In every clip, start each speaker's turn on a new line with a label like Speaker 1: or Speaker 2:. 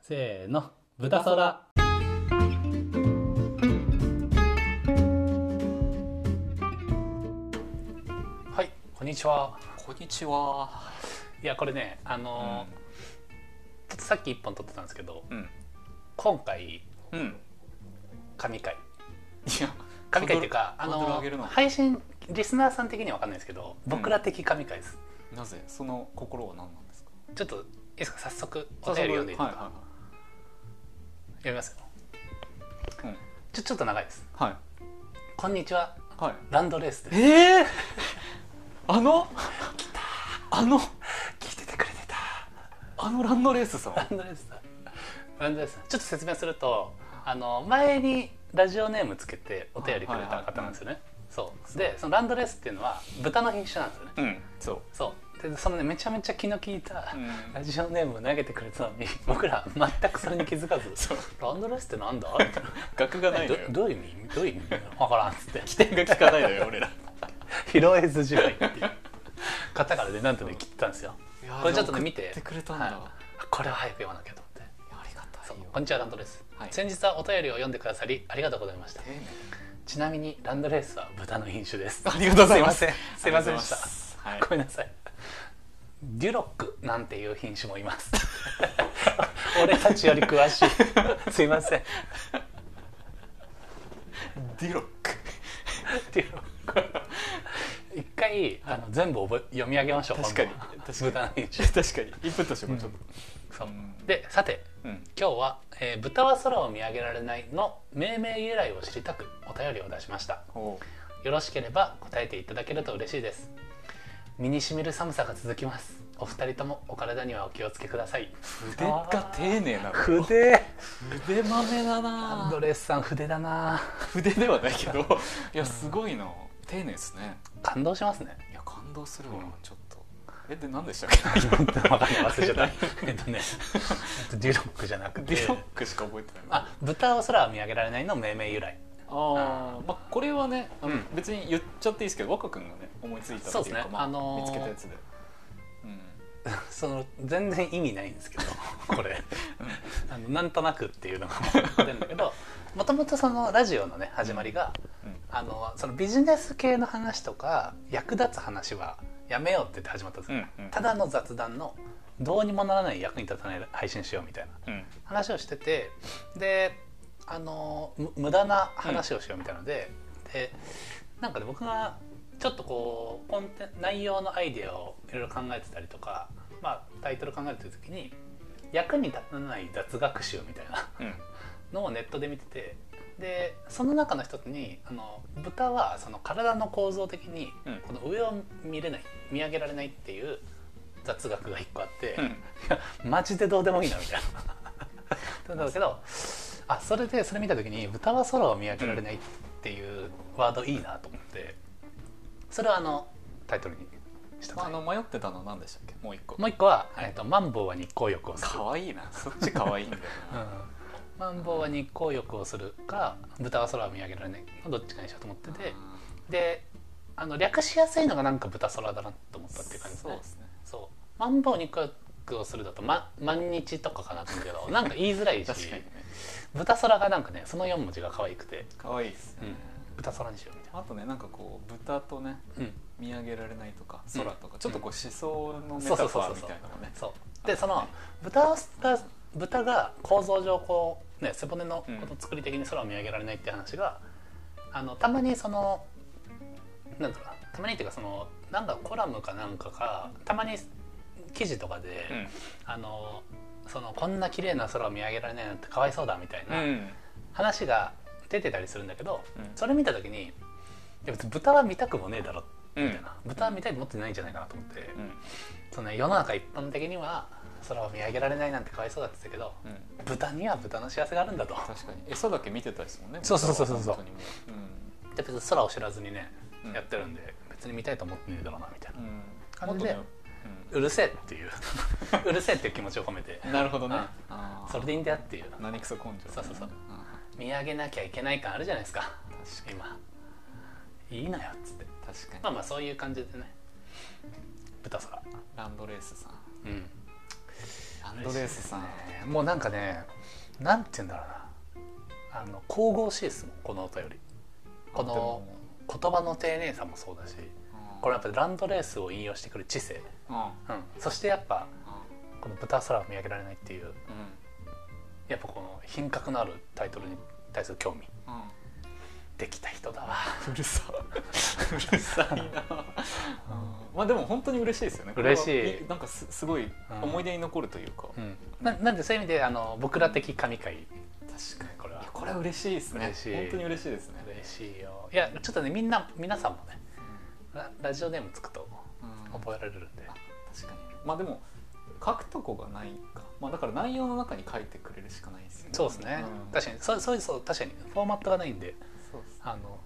Speaker 1: せーの豚そらはいこんにちは
Speaker 2: こんにちは。
Speaker 1: いやこれねあのーさっき1本撮ってたんですけど
Speaker 2: うん。
Speaker 1: 今回
Speaker 2: うん。
Speaker 1: 神回
Speaker 2: いや、
Speaker 1: 神回っていうかあ
Speaker 2: ハードル
Speaker 1: の
Speaker 2: ハードル上げるの
Speaker 1: 配信リスナーさん的には分かんないですけど僕ら的神回です、
Speaker 2: なぜその心は何なんですか。
Speaker 1: ちょっといいですか早速お便り読んでいいですか、
Speaker 2: はいは
Speaker 1: 読みますよ
Speaker 2: いはい。
Speaker 1: ちょちょっと長いです
Speaker 2: うん。はい。
Speaker 1: こんにちは
Speaker 2: はい。
Speaker 1: ランドレースです
Speaker 2: え えー。あの。あの。
Speaker 1: 聞いててくれてた
Speaker 2: あのランドレースさん。
Speaker 1: ランドレースさんランドレースさんちょっと説明するとあの前にラジオネームつけてお便りくれた方なんですよね、そうでそのランドレースっていうのは豚の品種なんですよね
Speaker 2: うん。そ
Speaker 1: そうでそのねめちゃめちゃ気の利いた
Speaker 2: う。ん
Speaker 1: ラジオネームを投げてくれたのに 僕ら全くそれに気づかず
Speaker 2: そう
Speaker 1: 「ランドレースってなんだ?」みた いな
Speaker 2: 学がないの
Speaker 1: え
Speaker 2: よ
Speaker 1: ど。どういう意味どういう意味分からん」っつって
Speaker 2: 起点が効かないのよ、俺ら。
Speaker 1: 拾えずじまいって いう方からねなんとね切ったんですよこれちょっとね見て
Speaker 2: 送ってくれたんだ。
Speaker 1: はいこれは早く読まなきゃと思って
Speaker 2: ありがた
Speaker 1: そう
Speaker 2: いよ。
Speaker 1: こんにちはランドレース、
Speaker 2: はい
Speaker 1: 先日はお便りを読んでくださりありがとうございました
Speaker 2: 丁寧
Speaker 1: ちなみにランドレースは豚の品種です
Speaker 2: ありがとうございま
Speaker 1: すい
Speaker 2: す。
Speaker 1: ませんすいませんでした
Speaker 2: ありがとうございますは
Speaker 1: ご
Speaker 2: い。
Speaker 1: めんなさいデュロックなんていう品種もいます 俺たちより詳しい すいません
Speaker 2: ディロック。
Speaker 1: デュロック一回あの全部覚え読み上げましょう
Speaker 2: 確かに
Speaker 1: 今度は豚の
Speaker 2: 確かに
Speaker 1: 品種
Speaker 2: 確かに。インプットしようか、ちょっと。
Speaker 1: そう
Speaker 2: うん
Speaker 1: でさて
Speaker 2: うん。
Speaker 1: 今日は、えー豚は空を見上げられない」の命名由来を知りたくお便りを出しました
Speaker 2: おう。
Speaker 1: よろしければ答えていただけると嬉しいです身にしみる寒さが続きますお二人ともお体にはお気をつけください
Speaker 2: 筆が丁寧なの
Speaker 1: 筆
Speaker 2: 筆豆だ
Speaker 1: アンド
Speaker 2: な
Speaker 1: レスさん筆だな
Speaker 2: 筆ではないけどいやすごいな丁寧ですね
Speaker 1: 感動します ね
Speaker 2: いや感動するわ、
Speaker 1: うん
Speaker 2: ちょっとえで何でしたっ け
Speaker 1: わかんない忘れちゃったえっとねえっとデュロックじゃなくて
Speaker 2: ディロックしか覚えてないな
Speaker 1: あ豚を空を見上げられないの命名由来
Speaker 2: あーまあこれはねあの、
Speaker 1: うん
Speaker 2: 別に言っちゃっていいですけど若君がね思いついた
Speaker 1: そう
Speaker 2: っ
Speaker 1: です
Speaker 2: ていう
Speaker 1: ね
Speaker 2: か、まあ
Speaker 1: あのー
Speaker 2: 見つけたやつで、うん、
Speaker 1: その全然意味ないんですけどこれあのなんとなくっていうのが出るんだけどもともとそのラジオのね始まりが、
Speaker 2: うん
Speaker 1: あのそのビジネス系の話とか役立つ話はやめようって言って始まったんですよ、
Speaker 2: うんうん
Speaker 1: ただの雑談のどうにもならない役に立たない配信しようみたいな
Speaker 2: うん
Speaker 1: 話をしててであのむ無駄な話をしようみたいなので、でなんかね僕がちょっとこうコンテン内容のアイデアをいろいろ考えてたりとか、まあ、タイトル考えてる時に役に立たない雑学集みたいな
Speaker 2: うん
Speaker 1: のをネットで見ててでその中の一つにあの豚はその体の構造的に
Speaker 2: うん
Speaker 1: この上を見れない見上げられないっていう雑学が一個あって、
Speaker 2: うん
Speaker 1: いやマジでどうでもいいなみたいな。 なんだけどあそれでそれ見た時に「豚は空を見上げられない」っていうワードいいなと思ってそれをあのタイトルにした
Speaker 2: まあ、あ
Speaker 1: も
Speaker 2: の迷ってたのは何でしたっけもう一個
Speaker 1: う一個は、えっと「マンボウは日光浴をする」
Speaker 2: 可愛いなそっち可愛いんだよ
Speaker 1: う
Speaker 2: な、
Speaker 1: んマンボウは日光浴をするか豚は空を見上げられないのどっちかにしようと思っててであの略しやすいのがなんか豚空だなと思ったっていう感じです
Speaker 2: そう
Speaker 1: ね
Speaker 2: ですね
Speaker 1: そうマンボウ日光浴をするだと、ま、万日とかかなと思うけどなんか言いづらいし
Speaker 2: 確かにね
Speaker 1: 豚空がなんかねその4文字が可愛くて、
Speaker 2: 可愛いです
Speaker 1: う
Speaker 2: ね
Speaker 1: ん、豚空にしようみたい
Speaker 2: あとねなんかこう豚とね
Speaker 1: な、うん、
Speaker 2: 見上げられないとか
Speaker 1: うん
Speaker 2: 空とか、ちょっとこう思想のメ
Speaker 1: そうそ
Speaker 2: タ
Speaker 1: う
Speaker 2: フ
Speaker 1: そうそ
Speaker 2: ァー
Speaker 1: う
Speaker 2: みたいなのね
Speaker 1: そうでその豚が豚が構造上こう、ね、背骨の
Speaker 2: うん
Speaker 1: この作り的に空を見上げられないって話が、あのたまにそのなんだろうなたまにっていうかそのなんかコラムかなんかかたまに記事とかで、あのそのこんな綺麗な空を見上げられないなんてかわいそうだみたいな
Speaker 2: うん
Speaker 1: 話が出てたりするんだけど、
Speaker 2: うん
Speaker 1: それ見た時にいや別に豚は見たくもねえだろ
Speaker 2: うん
Speaker 1: みたいな、豚は見たいと思ってないんじゃないかなと思って。
Speaker 2: うん
Speaker 1: そうね世の中一般的には空を見上げられないなんてかわいそうだって言ってたけ
Speaker 2: う
Speaker 1: ど
Speaker 2: ん
Speaker 1: 豚には豚の幸せがあるんだと
Speaker 2: 確かに餌だけ見てたですもんね
Speaker 1: そうそうそうそうそう
Speaker 2: 豚は本当にも
Speaker 1: で別に空を知らずにね、
Speaker 2: うん
Speaker 1: やってるんで別に見たいと思ってねえだろうなみたいな、
Speaker 2: う
Speaker 1: うん
Speaker 2: うん
Speaker 1: 感じで
Speaker 2: もっとね
Speaker 1: るせえっていう うるせえっていう気持ちを込めて
Speaker 2: うんなるほどね
Speaker 1: あ
Speaker 2: あー
Speaker 1: それでいいんだよっていう
Speaker 2: 何クソ根性
Speaker 1: そうそうそうん見上げなきゃいけない感あるじゃないですか
Speaker 2: 確かに
Speaker 1: 今いいなよっつって
Speaker 2: 確かに、
Speaker 1: まあまあそういう感じでね豚空
Speaker 2: ランドレースさん
Speaker 1: うん
Speaker 2: アンドレアスさん
Speaker 1: ねもうなんかねなんて言うんだろうなあの神々しいですもんこのお便りこ
Speaker 2: でも
Speaker 1: の言葉の丁寧さもそうだし
Speaker 2: うん
Speaker 1: これやっぱランドレースを引用してくる知性、
Speaker 2: うんうん
Speaker 1: うん、そしてやっぱこの「豚皿を見上げられない」っていうやっぱこの品格のあるタイトルに対する興味
Speaker 2: うん
Speaker 1: できた人だわ
Speaker 2: うるさうるさいなまあでも本当に嬉しいですよね
Speaker 1: 嬉しい
Speaker 2: これはいなんかすすごい
Speaker 1: ん
Speaker 2: 思い出に残るというか、
Speaker 1: うん、ななんでそういう意味であの僕ら的神回
Speaker 2: 確かに
Speaker 1: これ
Speaker 2: い
Speaker 1: は
Speaker 2: やこれは嬉しいですね
Speaker 1: 嬉しい
Speaker 2: 本当に嬉しいですね、
Speaker 1: 嬉しいよいやちょっとねみんな皆さんもねララジオネームつくと
Speaker 2: うんうん
Speaker 1: 覚えられるんで
Speaker 2: あ確かにまあでも書くとこがないか、まあ、だから内容の中に書いてくれるしかないですよね
Speaker 1: そうですね、
Speaker 2: ん
Speaker 1: 確かにそうそうそう確かにフォーマットがないんで
Speaker 2: そうっすね
Speaker 1: あの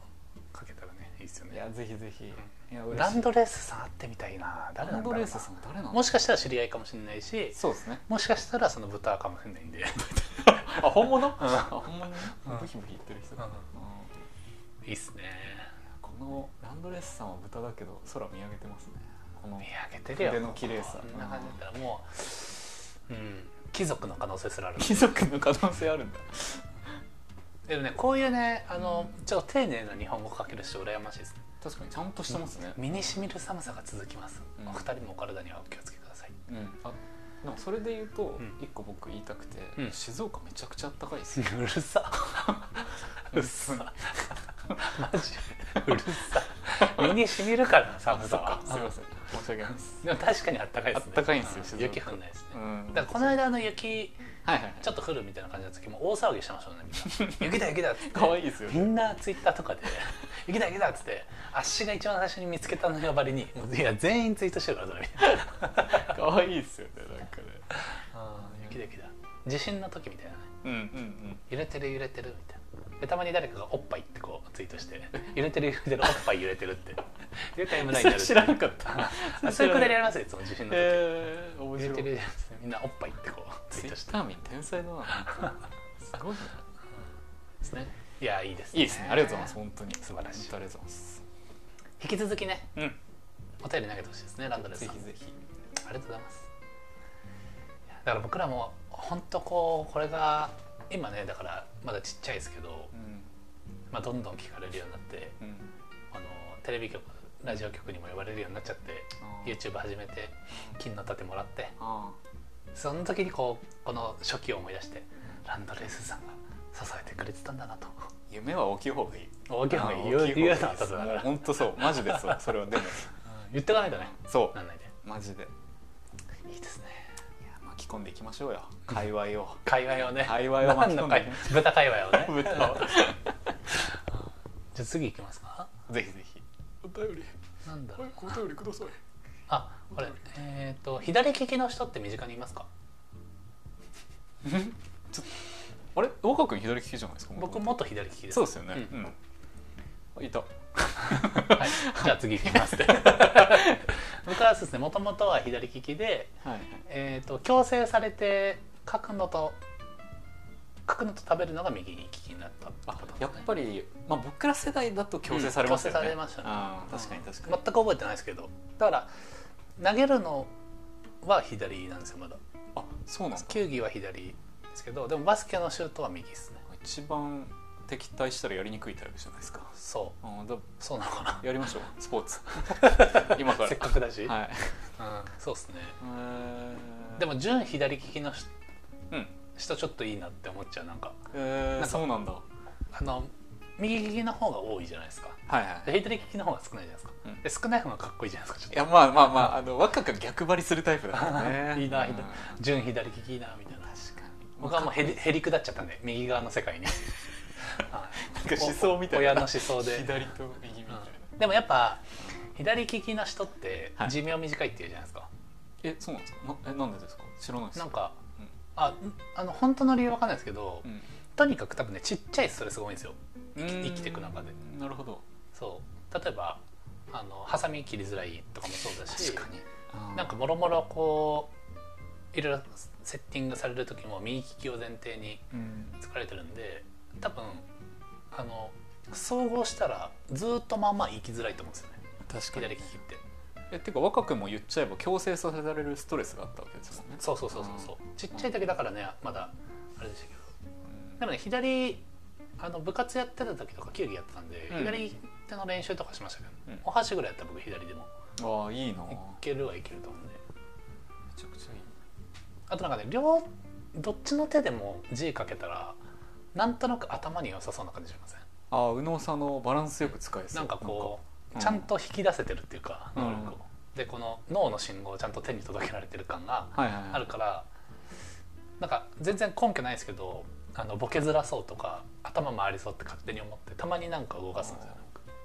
Speaker 1: かけたらねいいですよ
Speaker 2: い
Speaker 1: ね
Speaker 2: やぜひぜひいや嬉しい
Speaker 1: ランドレースさん会ってみたいな誰な
Speaker 2: ラン
Speaker 1: んだろ
Speaker 2: ド
Speaker 1: うな
Speaker 2: レースさん誰なの
Speaker 1: もしかしたら知り合いかもしれないし
Speaker 2: そうですね
Speaker 1: もしかしたらその豚かもしれないんで
Speaker 2: あ本物あ本物ね
Speaker 1: うん
Speaker 2: ブヒブヒ言ってる人、
Speaker 1: うん
Speaker 2: うん
Speaker 1: いいっすね
Speaker 2: このランドレースさんは豚だけど空見上げてますねこの
Speaker 1: 見上げてるよ
Speaker 2: 腕の綺麗さ
Speaker 1: こんな感じだったらもううん貴族の可能性すらある
Speaker 2: 貴族の可能性あるんだ
Speaker 1: でもねこういうねあのちょっと丁寧な日本語かける人羨ましいですね
Speaker 2: 確かにちゃんとしてますね
Speaker 1: 身にしみる寒さが続きます、
Speaker 2: うん
Speaker 1: お二人もお体にはお気をつけください
Speaker 2: うん、あでもそれで言うと
Speaker 1: うん
Speaker 2: 一個僕言いたくて、
Speaker 1: うん
Speaker 2: 静岡めちゃくちゃ暖か いですよ
Speaker 1: うるさうるさマジうるさ身にしみるからな寒さは
Speaker 2: あそっかすいません申し訳ないです
Speaker 1: でも確かにあったかいですね
Speaker 2: あったかいんですよ静岡
Speaker 1: 雪降んないですね、
Speaker 2: うん
Speaker 1: だからこの間あの雪
Speaker 2: はいはいはい
Speaker 1: ちょっと降るみたいな感じの時も大騒ぎしてましたもんねみんな雪 だ雪だっつって
Speaker 2: 可愛いですよ
Speaker 1: み
Speaker 2: ね
Speaker 1: んなツイッターとかで「雪だ雪だ」っつってあっしが一番最初に見つけたの呼ばれにもういや全員ツイートしてるからそれみたいな
Speaker 2: 可愛いですよねなんかね
Speaker 1: 雪だ雪だ地震の時みたいなね
Speaker 2: うんうん
Speaker 1: 揺れてる揺れてるみたいなでたまに誰かが「おっぱい」ってこうツイートして「揺れてる揺れてるおっぱい揺れてる」っていうタイム
Speaker 2: うん
Speaker 1: ラインにな
Speaker 2: それ
Speaker 1: る
Speaker 2: 知らなかった
Speaker 1: あそういうくだり ありますよいつも地震の時、
Speaker 2: えー、面
Speaker 1: 揺れ
Speaker 2: 白
Speaker 1: てる揺
Speaker 2: い
Speaker 1: れてるっつってみんな「おっぱい」ってこうツ
Speaker 2: ツ
Speaker 1: イ
Speaker 2: イ
Speaker 1: ートし
Speaker 2: ッ
Speaker 1: て
Speaker 2: ター民天才だなすごいなですね
Speaker 1: いやいいです
Speaker 2: いいですねありがとうございます本当に
Speaker 1: 素晴らしい
Speaker 2: 本当ありがとうございます
Speaker 1: 引き続きね
Speaker 2: うん
Speaker 1: お便り投げてほしいですねランドレース
Speaker 2: ぜ
Speaker 1: さん
Speaker 2: ひぜひ
Speaker 1: ありがとうございますいやだから僕らも本当こうこれが今ねだからまだちっちゃいですけど、
Speaker 2: うん
Speaker 1: まあ、どんどん聞かれるようになって
Speaker 2: うん
Speaker 1: あのテレビ局ラジオ局にも呼ばれるようになっちゃって
Speaker 2: あー
Speaker 1: YouTube 始めて金の盾もらって
Speaker 2: あ
Speaker 1: その時にこうこの初期を思い出してランドレースさんが支えてくれてたんだなと
Speaker 2: ー夢は大きい方がいい
Speaker 1: 大きい方がいい言う
Speaker 2: 大きい
Speaker 1: 言う
Speaker 2: 方
Speaker 1: の
Speaker 2: がい
Speaker 1: はいただだか
Speaker 2: もう
Speaker 1: ら
Speaker 2: 本当そうマジで そうそれはでも
Speaker 1: 言ってかないとね
Speaker 2: そ
Speaker 1: なんないで
Speaker 2: うマジでいや
Speaker 1: いいですね
Speaker 2: 巻き込んでいきましょうよ界隈を
Speaker 1: 界隈をね
Speaker 2: 界隈を
Speaker 1: 何
Speaker 2: 巻き込
Speaker 1: の
Speaker 2: んでい
Speaker 1: 界
Speaker 2: きまし
Speaker 1: 豚界隈をね
Speaker 2: ょう 豚を
Speaker 1: じゃあ次行きますか
Speaker 2: ぜひぜひお便り
Speaker 1: なんだろう
Speaker 2: お便りください
Speaker 1: あこれえっ、と左利きの人って身近にいますか
Speaker 2: あれ若君左利きじゃないですか
Speaker 1: 僕元左利きです
Speaker 2: そうですよね
Speaker 1: うん
Speaker 2: うんあいた
Speaker 1: はい、じゃあ次行きます って僕はそうですねもともとは左利きで、
Speaker 2: はい
Speaker 1: えー、と矯正されて書くのと書くのと食べるのが右利きになった
Speaker 2: あやっぱりまあ僕ら世代だと強制されましたよ
Speaker 1: 強制さ
Speaker 2: ね
Speaker 1: れましたね
Speaker 2: あー確かに確かに
Speaker 1: 全く覚えてないですけどだから投げるのは左なんですよまだ
Speaker 2: あそうなんだ
Speaker 1: 球技は左ですけどでもバスケのシュートは右ですね
Speaker 2: 一番敵対したらやりにくいタイプじゃないですか
Speaker 1: そ
Speaker 2: あだ
Speaker 1: うそうなのかな
Speaker 2: やりましょうスポー ツ今から
Speaker 1: せっかくだし、
Speaker 2: はい
Speaker 1: うん、そうですね
Speaker 2: えー
Speaker 1: でも純左利きの人
Speaker 2: うん
Speaker 1: 人ちょっといいなって思っちゃうなんか
Speaker 2: え
Speaker 1: なん
Speaker 2: ー、
Speaker 1: か
Speaker 2: そうなんだは
Speaker 1: あの右利きの方が多いじゃないですか
Speaker 2: いはい
Speaker 1: 左利きの方が少ないじゃないですか、
Speaker 2: うん
Speaker 1: で少ない方がかっこいいじゃないですか
Speaker 2: い
Speaker 1: ちょ
Speaker 2: や
Speaker 1: っ
Speaker 2: まあまあまああの若く逆張りするタイプだからね
Speaker 1: いいな
Speaker 2: うん
Speaker 1: いいなと純左利きいいなみたいな
Speaker 2: 確かに
Speaker 1: 僕はもうへりへりくだっちゃったんで右側の世 界にはい
Speaker 2: なんか思想みたいな
Speaker 1: お親の思想で、
Speaker 2: 左と右みたいな、
Speaker 1: うんでもやっぱ左利きの人って
Speaker 2: はい
Speaker 1: 寿命短いって言うじゃないですか、
Speaker 2: えそうなんですかなえなんでですか知らないです
Speaker 1: なんか、
Speaker 2: うん
Speaker 1: あんあの本当の理由わかんないですけど、
Speaker 2: うん
Speaker 1: とにかく多分ねちっちゃいストレスが多いんですよ
Speaker 2: うん
Speaker 1: 生きてく中で
Speaker 2: なるほど
Speaker 1: そう例えばあのハサミ切りづらいとかもそうだし
Speaker 2: 確かにあー
Speaker 1: なんかもろもろこういろいろセッティングされる時も右利きを前提に
Speaker 2: うん
Speaker 1: 作られてるんで多分あの総合したらずっとまあまあ行きづらいと思うんですよね
Speaker 2: 確かに
Speaker 1: 左利きって
Speaker 2: えてか若くも言っちゃえば強制させられるストレスがあったわけですもんね、
Speaker 1: そうそうそうそうそうちっちゃい時だからねまだあれでしたけど
Speaker 2: うん
Speaker 1: でもね左あの部活やってた時とか球技やってたんで、
Speaker 2: うん
Speaker 1: 左手の練習とかしましたけど、
Speaker 2: うん
Speaker 1: お箸ぐらいやったら僕左でも
Speaker 2: ああいいなめ
Speaker 1: いけるはいけると思うんで
Speaker 2: ちゃくちゃいい
Speaker 1: あとなんかね両どっちの手でも字かけたらなんとなく頭に良さそうな感じしません
Speaker 2: ああ右脳さんのバランスよく使えそう
Speaker 1: なんかこう
Speaker 2: なんかうん
Speaker 1: ちゃんと引き出せてるっていうか
Speaker 2: うん
Speaker 1: 能力を、でこの脳の信号をちゃんと手に届けられてる感が
Speaker 2: はいはいはい
Speaker 1: あるからなんか全然根拠ないですけどあのボケづらそうとか頭回りそうって勝手に思ってたまになんか動かすんですよね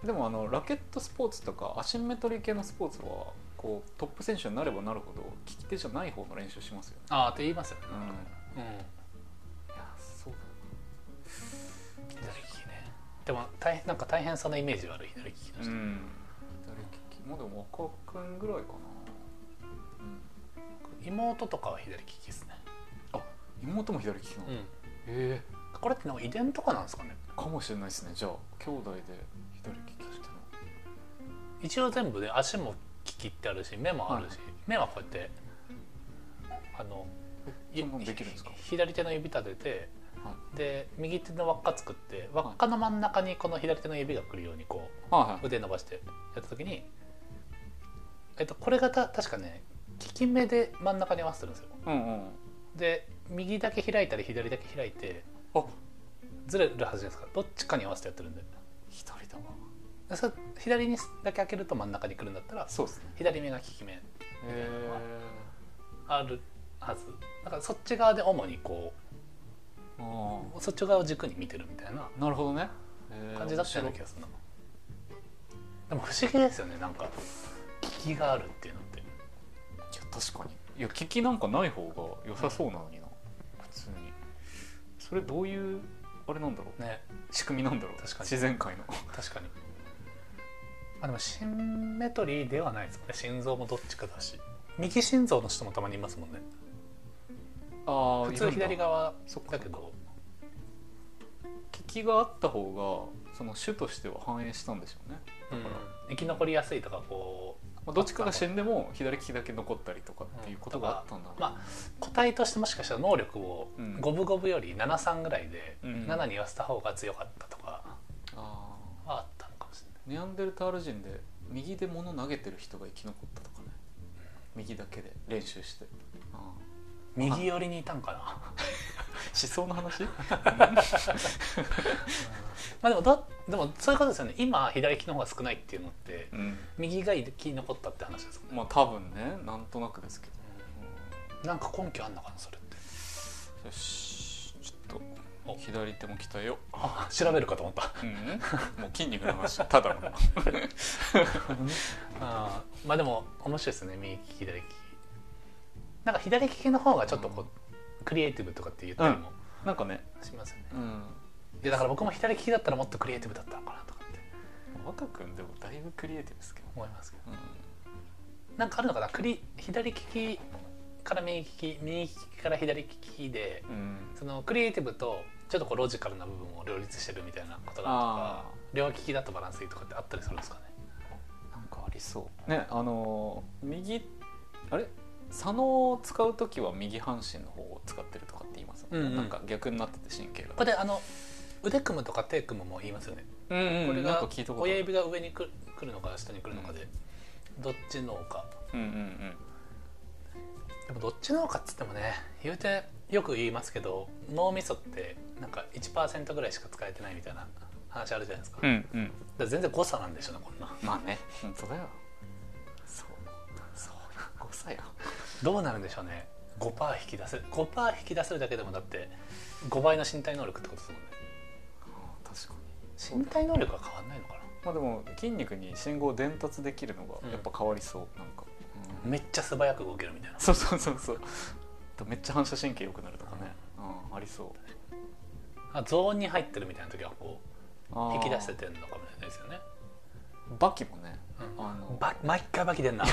Speaker 2: でもあのラケットスポーツとかアシンメトリー系のスポーツはこうトップ選手になればなるほど利き手じゃない方の練習しますよね。
Speaker 1: ああって言いますよね、
Speaker 2: うん、い
Speaker 1: うん、
Speaker 2: やそう
Speaker 1: 左利きねでも大変なんか大変そうなイメージがある左利きの
Speaker 2: だ。う
Speaker 1: 人、
Speaker 2: ん。左利きもうでも若くんぐらいかな。
Speaker 1: 妹とかは左利きですね、
Speaker 2: うん、妹も左利きなの。
Speaker 1: う
Speaker 2: え
Speaker 1: ん、これってなんか遺伝とかなんですかね
Speaker 2: えかもしれないですね。じゃあ兄弟で左利きしての。
Speaker 1: 一応全部で足も利きってあるし目もあるし、
Speaker 2: は
Speaker 1: 目はこうやってあの
Speaker 2: そんなのできるんですか
Speaker 1: ひ。左手の指立てて、
Speaker 2: は
Speaker 1: で右手の輪っか作って輪っかの真ん中にこの左手の指が来るようにこ
Speaker 2: はいう
Speaker 1: 腕伸ばしてやった時に、えっと、これがた確かね利き目で真ん中に合わせてるんですよ
Speaker 2: はい。うんうん。
Speaker 1: で右だけ開いたり左だけ開いて
Speaker 2: あ
Speaker 1: ずれるはずじゃないですかどっちかに合わせてやってるんで
Speaker 2: 一人だわ。
Speaker 1: でそれ左にだけ開けると真ん中に来るんだったら
Speaker 2: そうですね。
Speaker 1: 左目が利き目
Speaker 2: え
Speaker 1: あるはずだからそっち側で主にこ
Speaker 2: えあ
Speaker 1: うそっち側を軸に見てるみたいな
Speaker 2: あなるほどね。えー
Speaker 1: 感じだったような
Speaker 2: 面
Speaker 1: 気
Speaker 2: 白い
Speaker 1: がするな、でも不思議ですよねなんか利きがあるっていうのって
Speaker 2: いや確かにいや利きなんかない方が良さそうなのにな、普通にそれどういうあれなんだろう
Speaker 1: ね
Speaker 2: 仕組みなんだろう
Speaker 1: 確かに
Speaker 2: 自然界の
Speaker 1: 確かにあでもシンメトリーではないですもんね心臓もどっちかだし右心臓の人もたまにいますもんね
Speaker 2: あ
Speaker 1: 普通左側
Speaker 2: そっか
Speaker 1: だけど
Speaker 2: 利きがあった方がその種としては反映したんでしょうね、
Speaker 1: うん生き残りやすいとかこう
Speaker 2: まあ、どっちかが死んでも左利きだけ残ったりとかっていうことがあったんだろう、
Speaker 1: まあ個体としてもしかしたら能力を
Speaker 2: うん
Speaker 1: 五分五分より73ぐらいで
Speaker 2: うん
Speaker 1: 7に言わせた方が強かったとか
Speaker 2: ああ
Speaker 1: はあったのかもしれない
Speaker 2: ネアンデルタール人で右で物投げてる人が生き残ったとかね右だけで練習してああ
Speaker 1: 右寄りにいたんかな
Speaker 2: 思想の話
Speaker 1: まあでもだでもそういうことですよね今左利きの方が少ないっていうのって
Speaker 2: うん
Speaker 1: 右が生き残ったって話ですもんね、
Speaker 2: まあ多分ねなんとなくですけど、
Speaker 1: なんか根拠あんのかなそれって
Speaker 2: よしちょっ
Speaker 1: お
Speaker 2: と左手も鍛えよ
Speaker 1: あ調べるかと思った
Speaker 2: う、もう筋肉の話ただの
Speaker 1: あーまあでも面白いですね右利き左利きなんか左利きの方がちょっとこう、クリエイティブとかって言ったりも
Speaker 2: なんかね、
Speaker 1: しますよね、
Speaker 2: うん、
Speaker 1: いやだから僕も左利きだったらもっとクリエイティブだったのかなとかって
Speaker 2: 若君でもだいぶクリエイティブですけど、
Speaker 1: 思いますけど
Speaker 2: うん、
Speaker 1: なんかあるのかなクリ左利きから右利き右利きから左利きでそのクリエイティブとちょっとこうロジカルな部分を両立してるみたいなことだとか
Speaker 2: あ
Speaker 1: 両利きだとバランスいいとかってあったりするんですかね
Speaker 2: なんかありそうねあのー右あれ左脳を使う時は右半身の方を使ってるとかって言いますもんね、
Speaker 1: うんうん
Speaker 2: なんか逆になってて神経
Speaker 1: こ
Speaker 2: が、
Speaker 1: れであの腕組むとか手組むも言いますよね、
Speaker 2: うん
Speaker 1: これ
Speaker 2: なんか
Speaker 1: が
Speaker 2: 聞いたことある
Speaker 1: 親指が上にく来るのか下に来るのかで、どっちの方か
Speaker 2: うんうんうん
Speaker 1: でもどっちの方かっつってもね言うてよく言いますけど脳みそってなんか1%ぐらいしか使えてないみたいな話あるじゃないですか,、
Speaker 2: う
Speaker 1: だか
Speaker 2: んうん
Speaker 1: ら全然誤差なんでしょうねこんな
Speaker 2: まあね本当だよそうそう誤差よ
Speaker 1: どうなるんでしょうね5%引き出せ5%引き出せるだけでもだって5倍の身体能力ってことですもんね
Speaker 2: 確かに
Speaker 1: 身体能力は変わんないのか
Speaker 2: まあでも筋肉に信号を伝達できるのがやっぱ変わりそう、なんか、
Speaker 1: なめっちゃ素早く動けるみたいな
Speaker 2: そうそうそうそうあとめっちゃ反射神経良くなるとかね、うんありそう
Speaker 1: あゾーンに入ってるみたいな時はこ
Speaker 2: あ
Speaker 1: う
Speaker 2: ー
Speaker 1: 引き出せてるのかもしれないですよね、
Speaker 2: バキもね
Speaker 1: うん
Speaker 2: あの
Speaker 1: ば毎回バキ出んな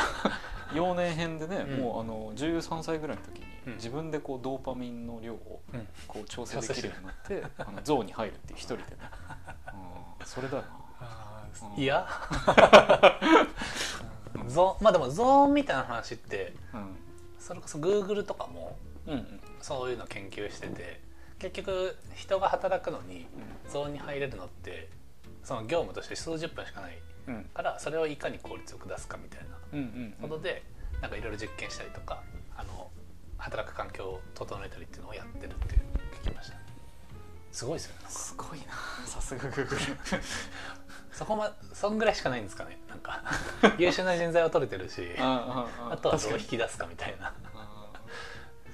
Speaker 2: 幼年編でね、
Speaker 1: うん
Speaker 2: もうあの13歳ぐらいの時
Speaker 1: う
Speaker 2: に、
Speaker 1: ん
Speaker 2: 自分でこうドーパミンの量を
Speaker 1: うん
Speaker 2: こう調整できるようになってあのゾーンに入るっていう一 人でね、 うん、それだよな
Speaker 1: うんいやゾーンまあでもゾーンみたいな話って
Speaker 2: うん
Speaker 1: それこそ Google とかも
Speaker 2: うんうん
Speaker 1: そういうの研究してて結局人が働くのにゾーンに入れるのってその業務として数十分しかない
Speaker 2: うんうん
Speaker 1: からそれをいかに効率よく出すかみたいな
Speaker 2: うんうんう
Speaker 1: こ
Speaker 2: ん
Speaker 1: とでなんかいろいろ実験したりとかあの働く環境を整えたりっていうのをやってるって聞きましたすごいですよねなんか
Speaker 2: すごいなさすがグー グル
Speaker 1: そこまそんぐらいしかないんですかねなんか 優秀な人材を取れてるしあとはどう引き出すかみたいな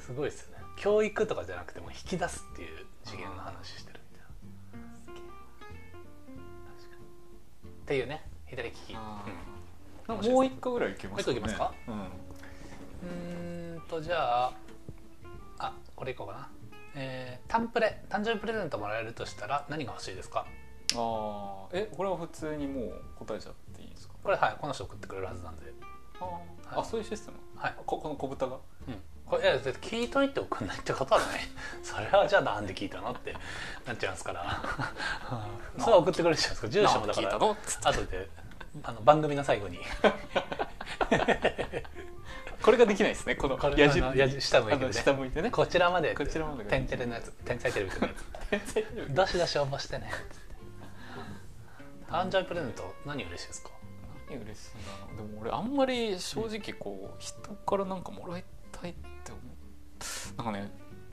Speaker 1: すごいですよね教育とかじゃなくても引き出すっていう次元の話してるみたいな確かにっていうね左利きうん
Speaker 2: あ
Speaker 1: ー
Speaker 2: もう一個ぐらいいけ
Speaker 1: も
Speaker 2: ます
Speaker 1: う一個いけますか
Speaker 2: うん
Speaker 1: うーんとじゃああこれいこうかなえー、タンプレ誕生日プレゼントもらえるとしたら何が欲しいですか
Speaker 2: ああえこれは普通にもう答えちゃっていいんですか
Speaker 1: これはいこの人送ってくれるはずなんで
Speaker 2: あ,、
Speaker 1: はい
Speaker 2: あそういうシステム
Speaker 1: はい
Speaker 2: ここの小豚が
Speaker 1: うんこれいやだって聞いといて送んないってことはない それはじゃあなんで聞いたのってなっちゃいますからうん それは送ってくれるじゃないですか住所もだか
Speaker 2: な
Speaker 1: ら
Speaker 2: あ聞いたのつって
Speaker 1: 後であの番組の最後に
Speaker 2: これができないですねこの
Speaker 1: これ
Speaker 2: 矢印
Speaker 1: あの矢印下向いてね
Speaker 2: あの下向いてね
Speaker 1: こちらまで
Speaker 2: こちらまで
Speaker 1: 天てれのやつ天才テレビとかのや
Speaker 2: 天才テレ
Speaker 1: つ
Speaker 2: ビ
Speaker 1: どしどし応募してね誕生日プレゼント何嬉しいですか
Speaker 2: 何嬉しいなでも俺あんまり正直こう人からなんかもらいたいって思うなんかね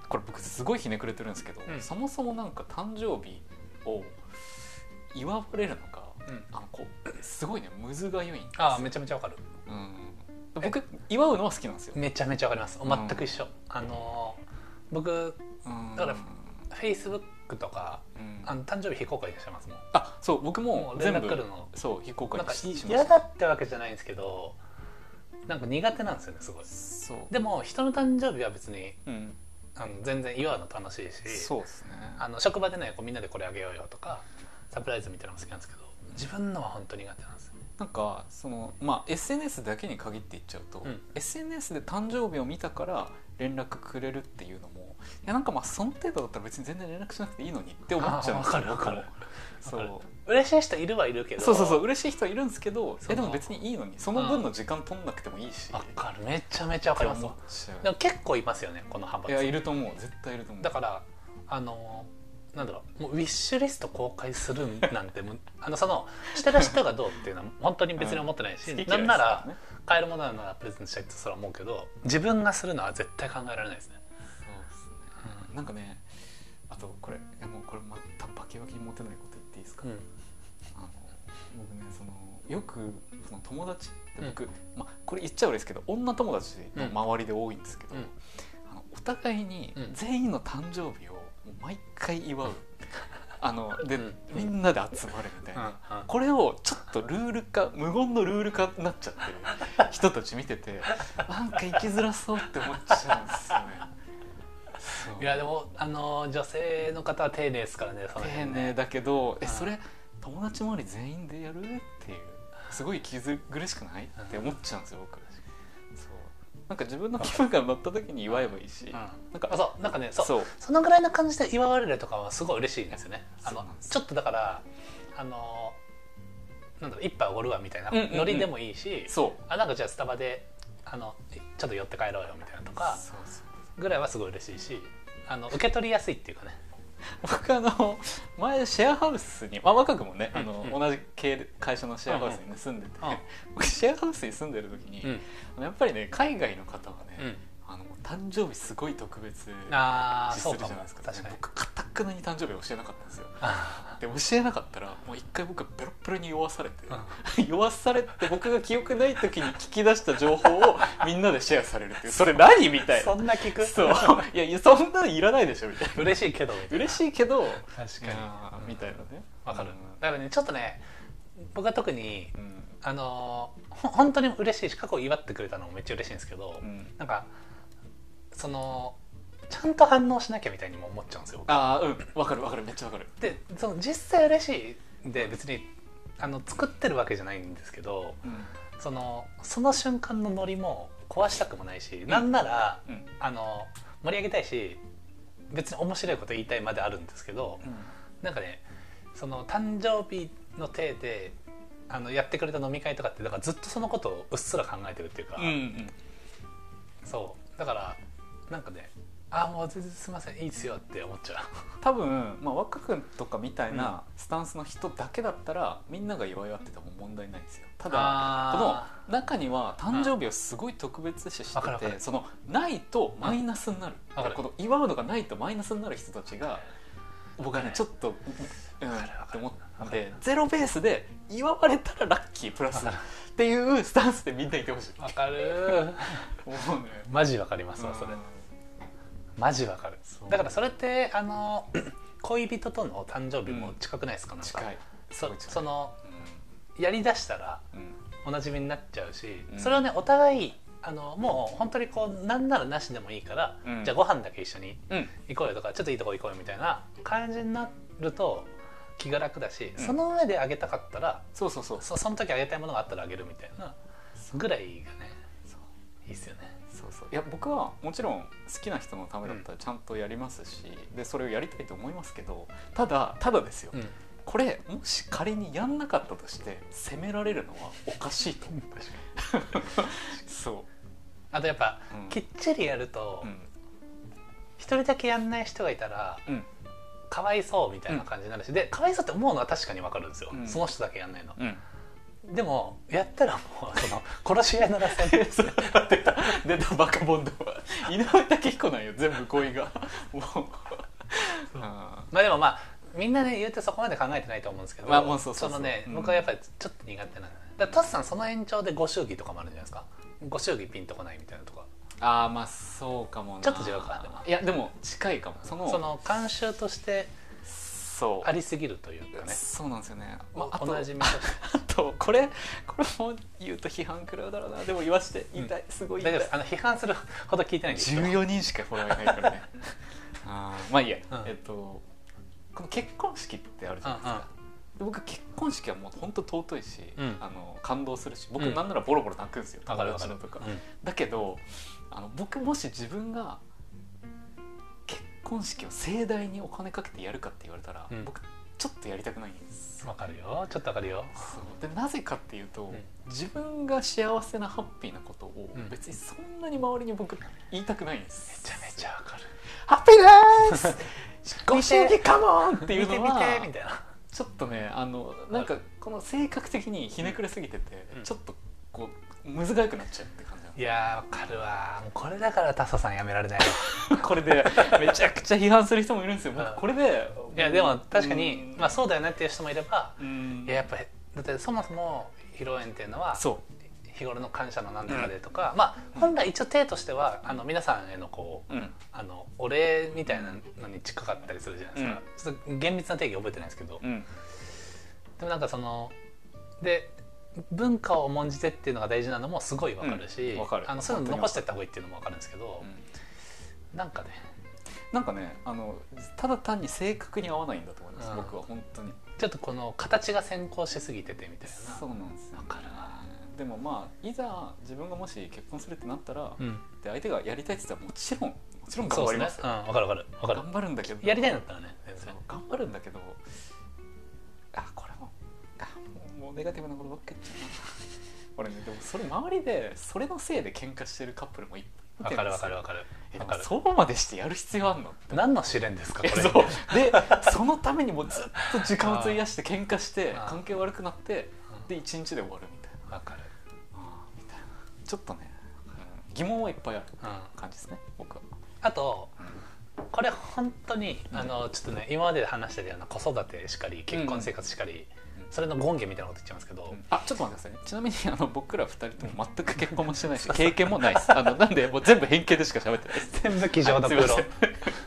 Speaker 2: これ僕すごいひねくれてるんですけど、
Speaker 1: うん
Speaker 2: そもそもなんか誕生日を祝われるのが
Speaker 1: うん
Speaker 2: あのこうすごいねむずがゆいんです
Speaker 1: ああめちゃめちゃわかる
Speaker 2: うん、僕祝うのは好きなんですよ、
Speaker 1: めちゃめちゃわかります
Speaker 2: ん
Speaker 1: 全く一緒、あのー僕
Speaker 2: うん、
Speaker 1: だからフェイスブックとか
Speaker 2: うん
Speaker 1: あの誕生日非公開にしてますもん
Speaker 2: あそう僕
Speaker 1: も
Speaker 2: も
Speaker 1: う連絡
Speaker 2: 全部
Speaker 1: 来るの
Speaker 2: そう非公開
Speaker 1: なん
Speaker 2: に
Speaker 1: か
Speaker 2: ししま
Speaker 1: 嫌
Speaker 2: した
Speaker 1: だってわけじゃないんですけどなんか苦手なんですよねすごい
Speaker 2: そう
Speaker 1: でも人の誕生日は別に
Speaker 2: うん、
Speaker 1: あの全然祝うの楽しいし
Speaker 2: そうですね
Speaker 1: あの職場でねこうみんなでこれあげようよとかサプライズみたいなのも好きなんですけど自分のは本当苦手なんですよね
Speaker 2: なんかそのまあ SNS だけに限って言っちゃうと、
Speaker 1: うん
Speaker 2: SNS で誕生日を見たから連絡くれるっていうのもいやなんかまあその程度だったら別に全然連絡しなくていいのにって思っちゃうん
Speaker 1: あ
Speaker 2: ですよ
Speaker 1: ーわかるわかる
Speaker 2: 僕も
Speaker 1: わかる
Speaker 2: そう
Speaker 1: 嬉しい人いるはいるけど
Speaker 2: そうそうそう嬉しい人はいるんですけど
Speaker 1: そ
Speaker 2: え
Speaker 1: う
Speaker 2: でも別にいいのにその分の時間取んなくてもいいし
Speaker 1: わかるめちゃめちゃわかりますわ
Speaker 2: ます
Speaker 1: でも結構いますよねこの派
Speaker 2: い
Speaker 1: 閥
Speaker 2: やいると思う絶対いると思う
Speaker 1: だからあのなんだろうもうウィッシュリスト公開するなんてもう あのそのしてる人がどうっていうのは本当に別に思ってないし、
Speaker 2: 好き嫌いです
Speaker 1: な
Speaker 2: ら
Speaker 1: んなら
Speaker 2: ね
Speaker 1: 買えるものならプレゼントしたいってそれは思うけど自分がするのは絶対考えられないですね
Speaker 2: そうですねなんかねあとこれいやもうこれ全くバキバキにモテないこと言っていいですか、
Speaker 1: うん
Speaker 2: あの僕ねそのよくその友達って僕、まあ、これ言っちゃうんですけど女友達の周りで多いんですけど、
Speaker 1: うん
Speaker 2: あのお互いに
Speaker 1: うん
Speaker 2: 全員の誕生日をもう毎回祝う、あので、
Speaker 1: うん
Speaker 2: みんなで集まるみたいな、
Speaker 1: うんうん
Speaker 2: これをちょっとルール化無言のルール化になっちゃってる人たち見ててなんか生きづらそうって思っちゃうんですよね。そう
Speaker 1: いやでもあの女性の方は丁寧ですからねその
Speaker 2: 丁
Speaker 1: 辺
Speaker 2: 寧
Speaker 1: ね
Speaker 2: だけど、え
Speaker 1: うん
Speaker 2: それ友達周り全員でやるっていうすごい気づ苦しくない
Speaker 1: うん
Speaker 2: って思っちゃうんですよ僕そうなんか自分の気分が乗った時に祝えばいいし、
Speaker 1: うん
Speaker 2: なん
Speaker 1: あ
Speaker 2: か
Speaker 1: そうなんかねそうそ
Speaker 2: そう
Speaker 1: のぐらいの感じで祝われるとかはすごい嬉しいんですよねあ
Speaker 2: そう
Speaker 1: の
Speaker 2: なんです
Speaker 1: ちょっとだからあのなんだろう一杯おごるわみたいな
Speaker 2: うんうんうん
Speaker 1: ノリでもいいし、
Speaker 2: そう
Speaker 1: あなんかじゃあスタバであのちょっと寄って帰ろうよみたいなとか
Speaker 2: そうそう
Speaker 1: ぐらいはすごい嬉しいしあの受け取りやすいっていうかね
Speaker 2: 僕あの前シェアハウスに、まあ、若くもねあの、
Speaker 1: うんうん
Speaker 2: 同じ系で会社のシェアハウスに、ね住んでて、僕シェアハウスに住んでる時に、
Speaker 1: うん
Speaker 2: あのやっぱりね海外の方はね、
Speaker 1: うん
Speaker 2: あの誕生日すごい特別視
Speaker 1: ああそ
Speaker 2: す
Speaker 1: う
Speaker 2: る
Speaker 1: か
Speaker 2: じゃ
Speaker 1: も
Speaker 2: ないですか
Speaker 1: 確かに
Speaker 2: 僕かたくなに誕生日は教えなかったんですよ
Speaker 1: あ
Speaker 2: で教えなかったらもう一回僕はベロッベロに酔わされ て、
Speaker 1: う
Speaker 2: 酔わされて僕が記憶ない時に聞き出した情報をみんなでシェアされるっていうそれ何みたい
Speaker 1: そ
Speaker 2: なん
Speaker 1: な聞く
Speaker 2: そういやいやそんなのいらないでしょみたいな
Speaker 1: 嬉しいけどみたいな
Speaker 2: 嬉しいけど
Speaker 1: 確
Speaker 2: いやーみたいなね
Speaker 1: わかる
Speaker 2: う
Speaker 1: だからねちょっとね僕は特に
Speaker 2: んうん
Speaker 1: あのーほ本当に嬉しいし過去を祝ってくれたのもめっちゃ嬉しいんですけど、
Speaker 2: うん
Speaker 1: なんかそのちゃんと反応しなきゃみたいにも思っちゃうんですよ僕
Speaker 2: ああうんわかるわかるめっちゃわかる
Speaker 1: でその実際嬉しいんで別にあの作ってるわけじゃないんですけど
Speaker 2: うん
Speaker 1: そのその瞬間のノリも壊したくもないし、なんなら
Speaker 2: うん
Speaker 1: あの盛り上げたいし別に面白いこと言いたいまであるんですけど、なんかねその誕生日の体であのやってくれた飲み会とかってだからずっとそのことをうっすら考えてるっていうか、
Speaker 2: うんうん
Speaker 1: そうだからなんかねあーもう全然すいませんいいっすよって思っちゃ
Speaker 2: 多分、まあ、若君とかみたいなスタンスの人だけだったら、みんなが祝い合ってても問題ないんですよ た
Speaker 1: う
Speaker 2: だこの
Speaker 1: あ
Speaker 2: 中には誕生日をすごい特別視し
Speaker 1: わかる
Speaker 2: て
Speaker 1: わか
Speaker 2: て、
Speaker 1: る
Speaker 2: そのないとマイナスになる、
Speaker 1: んわかる
Speaker 2: この祝うのがないとマイナスになる人たちが僕はねちょっと、うん、っ
Speaker 1: わかるわか
Speaker 2: て
Speaker 1: る
Speaker 2: 思っ
Speaker 1: わか
Speaker 2: て
Speaker 1: る
Speaker 2: ゼロベースで祝われたらラッキープラス
Speaker 1: わか
Speaker 2: っていうスタンスでみんないてほしい
Speaker 1: ーわかる
Speaker 2: 思うね
Speaker 1: マジわかりますわそれマジわかる
Speaker 2: そう
Speaker 1: だからそれってあの 恋人との誕生日も近くないですか、なんか
Speaker 2: 近いす
Speaker 1: そ
Speaker 2: ごい近い
Speaker 1: そのやりだしたら
Speaker 2: うんうん
Speaker 1: おなじみになっちゃうし、
Speaker 2: うん
Speaker 1: それはねお互いあのもう本当にこうなんならなしでもいいから、
Speaker 2: うん
Speaker 1: じゃあご飯だけ一緒に
Speaker 2: うん
Speaker 1: 行こうよとかちょっといいとこ行こうよみたいな感じになると気が楽だし、
Speaker 2: うん
Speaker 1: その上であげたかったら
Speaker 2: そうそうそう
Speaker 1: そその時あげたいものがあったらあげるみたいなぐらいがね
Speaker 2: そう
Speaker 1: いいっすよね。
Speaker 2: そうそういや僕はもちろん好きな人のためだったらちゃんとやりますし、でそれをやりたいと思いますけどただただですよ、
Speaker 1: うん、
Speaker 2: これもし仮にやんなかったとして責められるのはおかしいと思う そ
Speaker 1: あとやっぱ、
Speaker 2: うん
Speaker 1: きっちりやると
Speaker 2: う、うん
Speaker 1: 一、人だけやんない人がいたら
Speaker 2: うん
Speaker 1: かわいそうみたいな感じになるし、でかわいそうって思うのは確かにわかるんですよ、
Speaker 2: うん
Speaker 1: その人だけやんないの。
Speaker 2: うん
Speaker 1: でもやったらもうその殺し合いのらせ
Speaker 2: 出た出たバカボンドは井上武彦なんよ全部恋がもうあ
Speaker 1: まあでもまあみんなね言うてそこまで考えてないと思うんですけど、
Speaker 2: まあもうそうそうそう
Speaker 1: のね、
Speaker 2: うん
Speaker 1: 僕はやっぱりちょっと苦手なんだねだからトスさんその延長でご祝儀とかもあるんじゃないですかご祝儀ピンとこないみたいなとか
Speaker 2: あーまあそうかもな
Speaker 1: ちょっと違うかでも
Speaker 2: いやでも近いかもその
Speaker 1: その慣習として
Speaker 2: そう
Speaker 1: ありすぎるというかね
Speaker 2: そうなんですよね、ま
Speaker 1: お
Speaker 2: あ、あと
Speaker 1: おなじみとして
Speaker 2: あとこれこれも言うと批判食らうだろうなでも言わして言いたい、すごい
Speaker 1: 大
Speaker 2: 言い
Speaker 1: 丈夫
Speaker 2: た
Speaker 1: で
Speaker 2: い
Speaker 1: すあの批判するほど聞いてないんですよ
Speaker 2: 14人しかフォロワーいないか らねあーまあいいや、
Speaker 1: うん
Speaker 2: えっとこの結婚式ってあるじゃないですか、で僕結婚式はもう本当尊いし、
Speaker 1: うん
Speaker 2: あの感動するし僕
Speaker 1: うん
Speaker 2: なんならボロボロ泣くんですよ、
Speaker 1: わかるわかる
Speaker 2: 友達のとか、
Speaker 1: うん
Speaker 2: だけどあの僕もし自分が結婚式を盛大にお金かけてやるかって言われたら、
Speaker 1: うん
Speaker 2: 僕ちょっとやりたくないんです
Speaker 1: わかるよちょっとわかるよ
Speaker 2: そうでなぜかっていうと、
Speaker 1: うん
Speaker 2: 自分が幸せなハッピーなことを
Speaker 1: うん
Speaker 2: 別にそんなに周りに僕言いたくないんで
Speaker 1: め
Speaker 2: す、
Speaker 1: ちゃめちゃわかる
Speaker 2: ハッピーです ご
Speaker 1: 見て
Speaker 2: 祝儀カモンってい
Speaker 1: 見
Speaker 2: う
Speaker 1: て
Speaker 2: の
Speaker 1: 見
Speaker 2: は
Speaker 1: てみたいな
Speaker 2: ちょっとねあのなんかこの性格的にひねくれすぎてて、
Speaker 1: うん
Speaker 2: ちょっとこうむずがゆくなっちゃうって感じなん
Speaker 1: い
Speaker 2: で
Speaker 1: やーわかるわもうこれだからタサさんやめられないわ
Speaker 2: すこれでめちゃくちゃ批判する人もいるんですよ僕
Speaker 1: うん
Speaker 2: これで
Speaker 1: いやでも確かに、
Speaker 2: うん
Speaker 1: まあ、そうだよねっていう人もいれば、
Speaker 2: うん
Speaker 1: いややっぱだってそもそも披露宴っていうのは
Speaker 2: そ
Speaker 1: 日頃の感謝のなんとかでとか、まあ本来一応体としてはあの皆さんへのこう
Speaker 2: う、うん
Speaker 1: あのお礼みたいなのに近かったりするじゃないですか、ちょっと厳密な定義覚えてないですけど、
Speaker 2: うん、
Speaker 1: でもなんかそので文化を重んじてっていうのが大事なのもすごいわかるし、
Speaker 2: うんわかる
Speaker 1: あのそういうの
Speaker 2: 本当に
Speaker 1: 残していった方がいいっていうのもわかるんですけど、なんかね
Speaker 2: なんかねあのただ単に性格に合わないんだと思います、
Speaker 1: うん
Speaker 2: 僕は本当に
Speaker 1: ちょっとこの形が先行しすぎててみたいな。
Speaker 2: そうなんですよ、
Speaker 1: わかるわ
Speaker 2: でもまあいざ自分がもし結婚するってなったら、
Speaker 1: うん
Speaker 2: で相手がやりたいって言ったらもちろんもちろん
Speaker 1: そ
Speaker 2: 頑
Speaker 1: う
Speaker 2: 張
Speaker 1: で
Speaker 2: りますす
Speaker 1: ね。
Speaker 2: よ
Speaker 1: うん、わかるわかる。わかる。
Speaker 2: 頑張るんだけど
Speaker 1: やりたいんだったらね、全
Speaker 2: そう
Speaker 1: 然。
Speaker 2: 頑張るんだけどあこれもあもうもうネガティブなことばっかり言っちゃうな俺ねでもそれ周りでそれのせいで喧嘩してるカップルもいっぱ
Speaker 1: わ
Speaker 2: いい
Speaker 1: か
Speaker 2: て
Speaker 1: る
Speaker 2: んで
Speaker 1: わ
Speaker 2: す
Speaker 1: か
Speaker 2: よ
Speaker 1: るわかる。
Speaker 2: えで
Speaker 1: わ
Speaker 2: も
Speaker 1: かる。
Speaker 2: そうまでしてやる必要あんのって
Speaker 1: 何の試練ですか、こ
Speaker 2: え
Speaker 1: れ。
Speaker 2: そう でそのためにもうずっと時間を費やして喧嘩して
Speaker 1: あー
Speaker 2: 関係悪くなって
Speaker 1: うん
Speaker 2: で一日で終わるみたいな
Speaker 1: わかる。
Speaker 2: みたいなちょっとね、うん疑問はいっぱいある
Speaker 1: うん。
Speaker 2: 感じですね僕は、
Speaker 1: あと、これ本当に、あの、ちょっとね、今まで話してたような子育てしかり、結婚生活しかり
Speaker 2: う。ん
Speaker 1: それの権限みたいなこと言っちゃいますけど。
Speaker 2: あちょっと待ってくださいねちなみにあの僕ら二人とも全く結婚もしてないし 経験もないですあのなんでもう全部偏見でしか喋ってないです
Speaker 1: 全部机上のプ
Speaker 2: はい
Speaker 1: ロ
Speaker 2: すいま。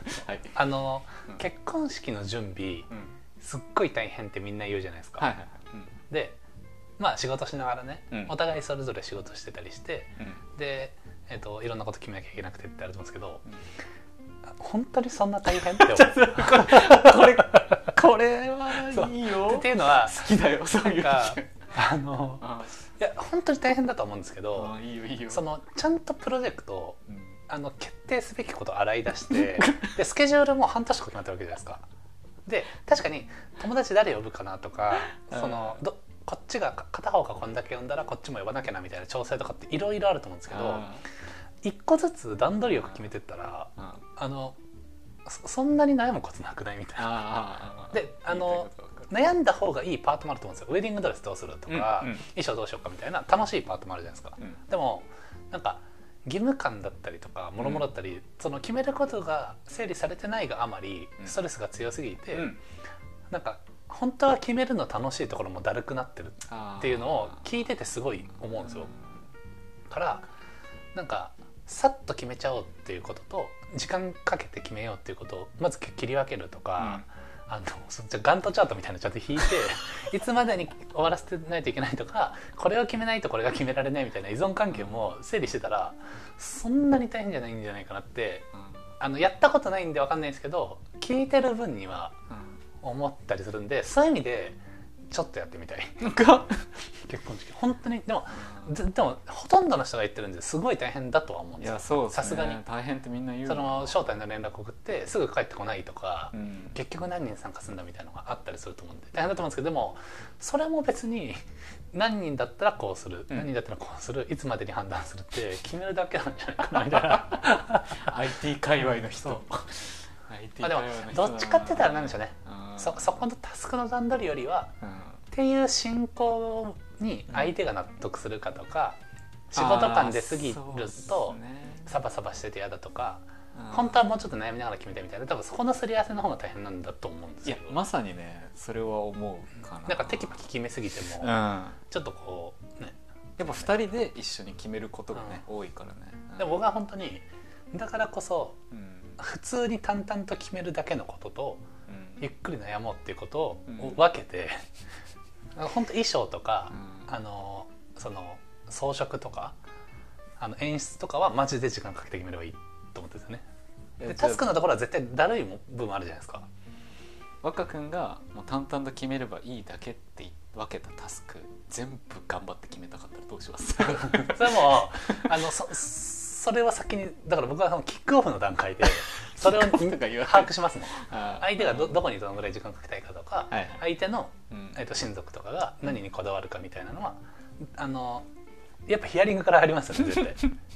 Speaker 2: せんはい、
Speaker 1: あの
Speaker 2: うん、
Speaker 1: 結婚式の準備
Speaker 2: う、ん、
Speaker 1: すっごい大変ってみんな言うじゃないです
Speaker 2: はいはい
Speaker 1: か。
Speaker 2: はい
Speaker 1: で。まあ、仕事しながらね
Speaker 2: うん、
Speaker 1: お互いそれぞれ仕事してたりして。
Speaker 2: うん
Speaker 1: で、えっと、いろんなこと決めなきゃいけなくてってあると思うんですけど
Speaker 2: うん、
Speaker 1: あ本当にそんな大変って 思う
Speaker 2: これこれはいいよ
Speaker 1: っ
Speaker 2: 好
Speaker 1: ていうのは
Speaker 2: きだよそう
Speaker 1: ないん
Speaker 2: う
Speaker 1: か
Speaker 2: 意見
Speaker 1: あの
Speaker 2: あ
Speaker 1: いや本当に大変だと思うんですけど
Speaker 2: あいいよいいよ
Speaker 1: そのちゃんとプロジェクトを
Speaker 2: うん
Speaker 1: あの決定すべきことを洗い出して でスケジュールも半年後決まってるわけじゃないですか。で確かに友達誰呼ぶかなとか
Speaker 2: うん
Speaker 1: そのどこっちが片方がこんだけ読んだらこっちも呼ばなきゃなみたいな調整とかっていろいろあると思うんですけど一個ずつ段取りよく決めてったら
Speaker 2: うんうん
Speaker 1: あのそそんなに悩むことなくないみたいな
Speaker 2: あー
Speaker 1: であの
Speaker 2: 言いたいことわかる
Speaker 1: 悩んだ方がいいパートもあると思うんですよウェディングドレスどうするとか、
Speaker 2: うんうん
Speaker 1: 衣装どうしようかみたいな楽しいパートもあるじゃないですか
Speaker 2: うん
Speaker 1: でもなんか義務感だったりとかもろもろだったり、その決めることが整理されてないがあまり
Speaker 2: うん
Speaker 1: ストレスが強すぎて、
Speaker 2: うん
Speaker 1: なんか本当は決めるの楽しいところもだるくなってる
Speaker 2: あー
Speaker 1: っていうのを聞いててすごい思うんですよ。からなんかさっと決めちゃおうっていうことと時間かけて決めようっていうことをまず切り分けるとか、あのそじゃあガントチャートみたいなのちゃんと引いていつまでに終わらせてないといけないとかこれを決めないとこれが決められないみたいな依存関係も整理してたらそんなに大変じゃないんじゃないかなって
Speaker 2: うんうん
Speaker 1: あのやったことないんで分かんないんですけど聞いてる分には思ったりするんでそういう意味でちょっとやってみたい
Speaker 2: なんか
Speaker 1: 結婚式本当にでもででもほとんどの人が言ってるんですごい大変だとは思うん
Speaker 2: い
Speaker 1: ですよ
Speaker 2: やそう
Speaker 1: さすがに
Speaker 2: 大変ってみんな言う
Speaker 1: その招待の連絡送ってすぐ帰ってこないとか、
Speaker 2: うん
Speaker 1: 結局何人参加するんだみたいなのがあったりすると思うんで大変だと思うんですけどでもそれも別に何人だったらこうする、
Speaker 2: うん
Speaker 1: 何人だったらこうするいつまでに判断するって 決めるだけなんじゃないかなみたいな
Speaker 2: IT 界隈の人
Speaker 1: そう
Speaker 2: IT
Speaker 1: まあ
Speaker 2: 界
Speaker 1: でも
Speaker 2: 隈の人だな
Speaker 1: どっちかって言ったら何でしょうね
Speaker 2: うん
Speaker 1: そそこのタスクの段取りよりは
Speaker 2: うん
Speaker 1: っていう進行に相手が納得するかとか、仕事感で過ぎる
Speaker 2: あーそう
Speaker 1: と
Speaker 2: っすね
Speaker 1: サバサバしてて嫌だとか
Speaker 2: うん
Speaker 1: 本当はもうちょっと悩みながら決めてみたいな多分そこのすり合わせの方が大変なんだと思うんです
Speaker 2: いや
Speaker 1: よ。
Speaker 2: まさにねそれは思うかな
Speaker 1: なんかテキパキ決めすぎても、
Speaker 2: うんや
Speaker 1: ちょっとこうね
Speaker 2: っぱ二人で一緒に決めることがね多いからねうん
Speaker 1: でも僕は本当にだからこそ
Speaker 2: うん
Speaker 1: 普通に淡々と決めるだけのことと
Speaker 2: うん
Speaker 1: ゆっくり悩もうっていうことを
Speaker 2: うん
Speaker 1: 分けて、本当衣装とか、
Speaker 2: うん
Speaker 1: あのその装飾とかあの演出とかはマジで時間かけて決めればいいと思ってるんですよね。
Speaker 2: え
Speaker 1: で
Speaker 2: じゃあ
Speaker 1: タスクのところは絶対だるい部分あるじゃないですか。
Speaker 2: 若君がもう淡々と決めればいいだけって分けたタスク全部頑張って決めたかったらどうします
Speaker 1: それもあのそそれは先にだから僕はそのキックオフの段階で それを
Speaker 2: キックオフとか 言わない
Speaker 1: 把握しますね。
Speaker 2: あー
Speaker 1: 相手がどどこにどのぐらい時間かけたいかとか、
Speaker 2: はい
Speaker 1: 相手の、
Speaker 2: うん
Speaker 1: えっと親族とかが何にこだわるかみたいなのはあのやっぱヒアリングからありますよね絶対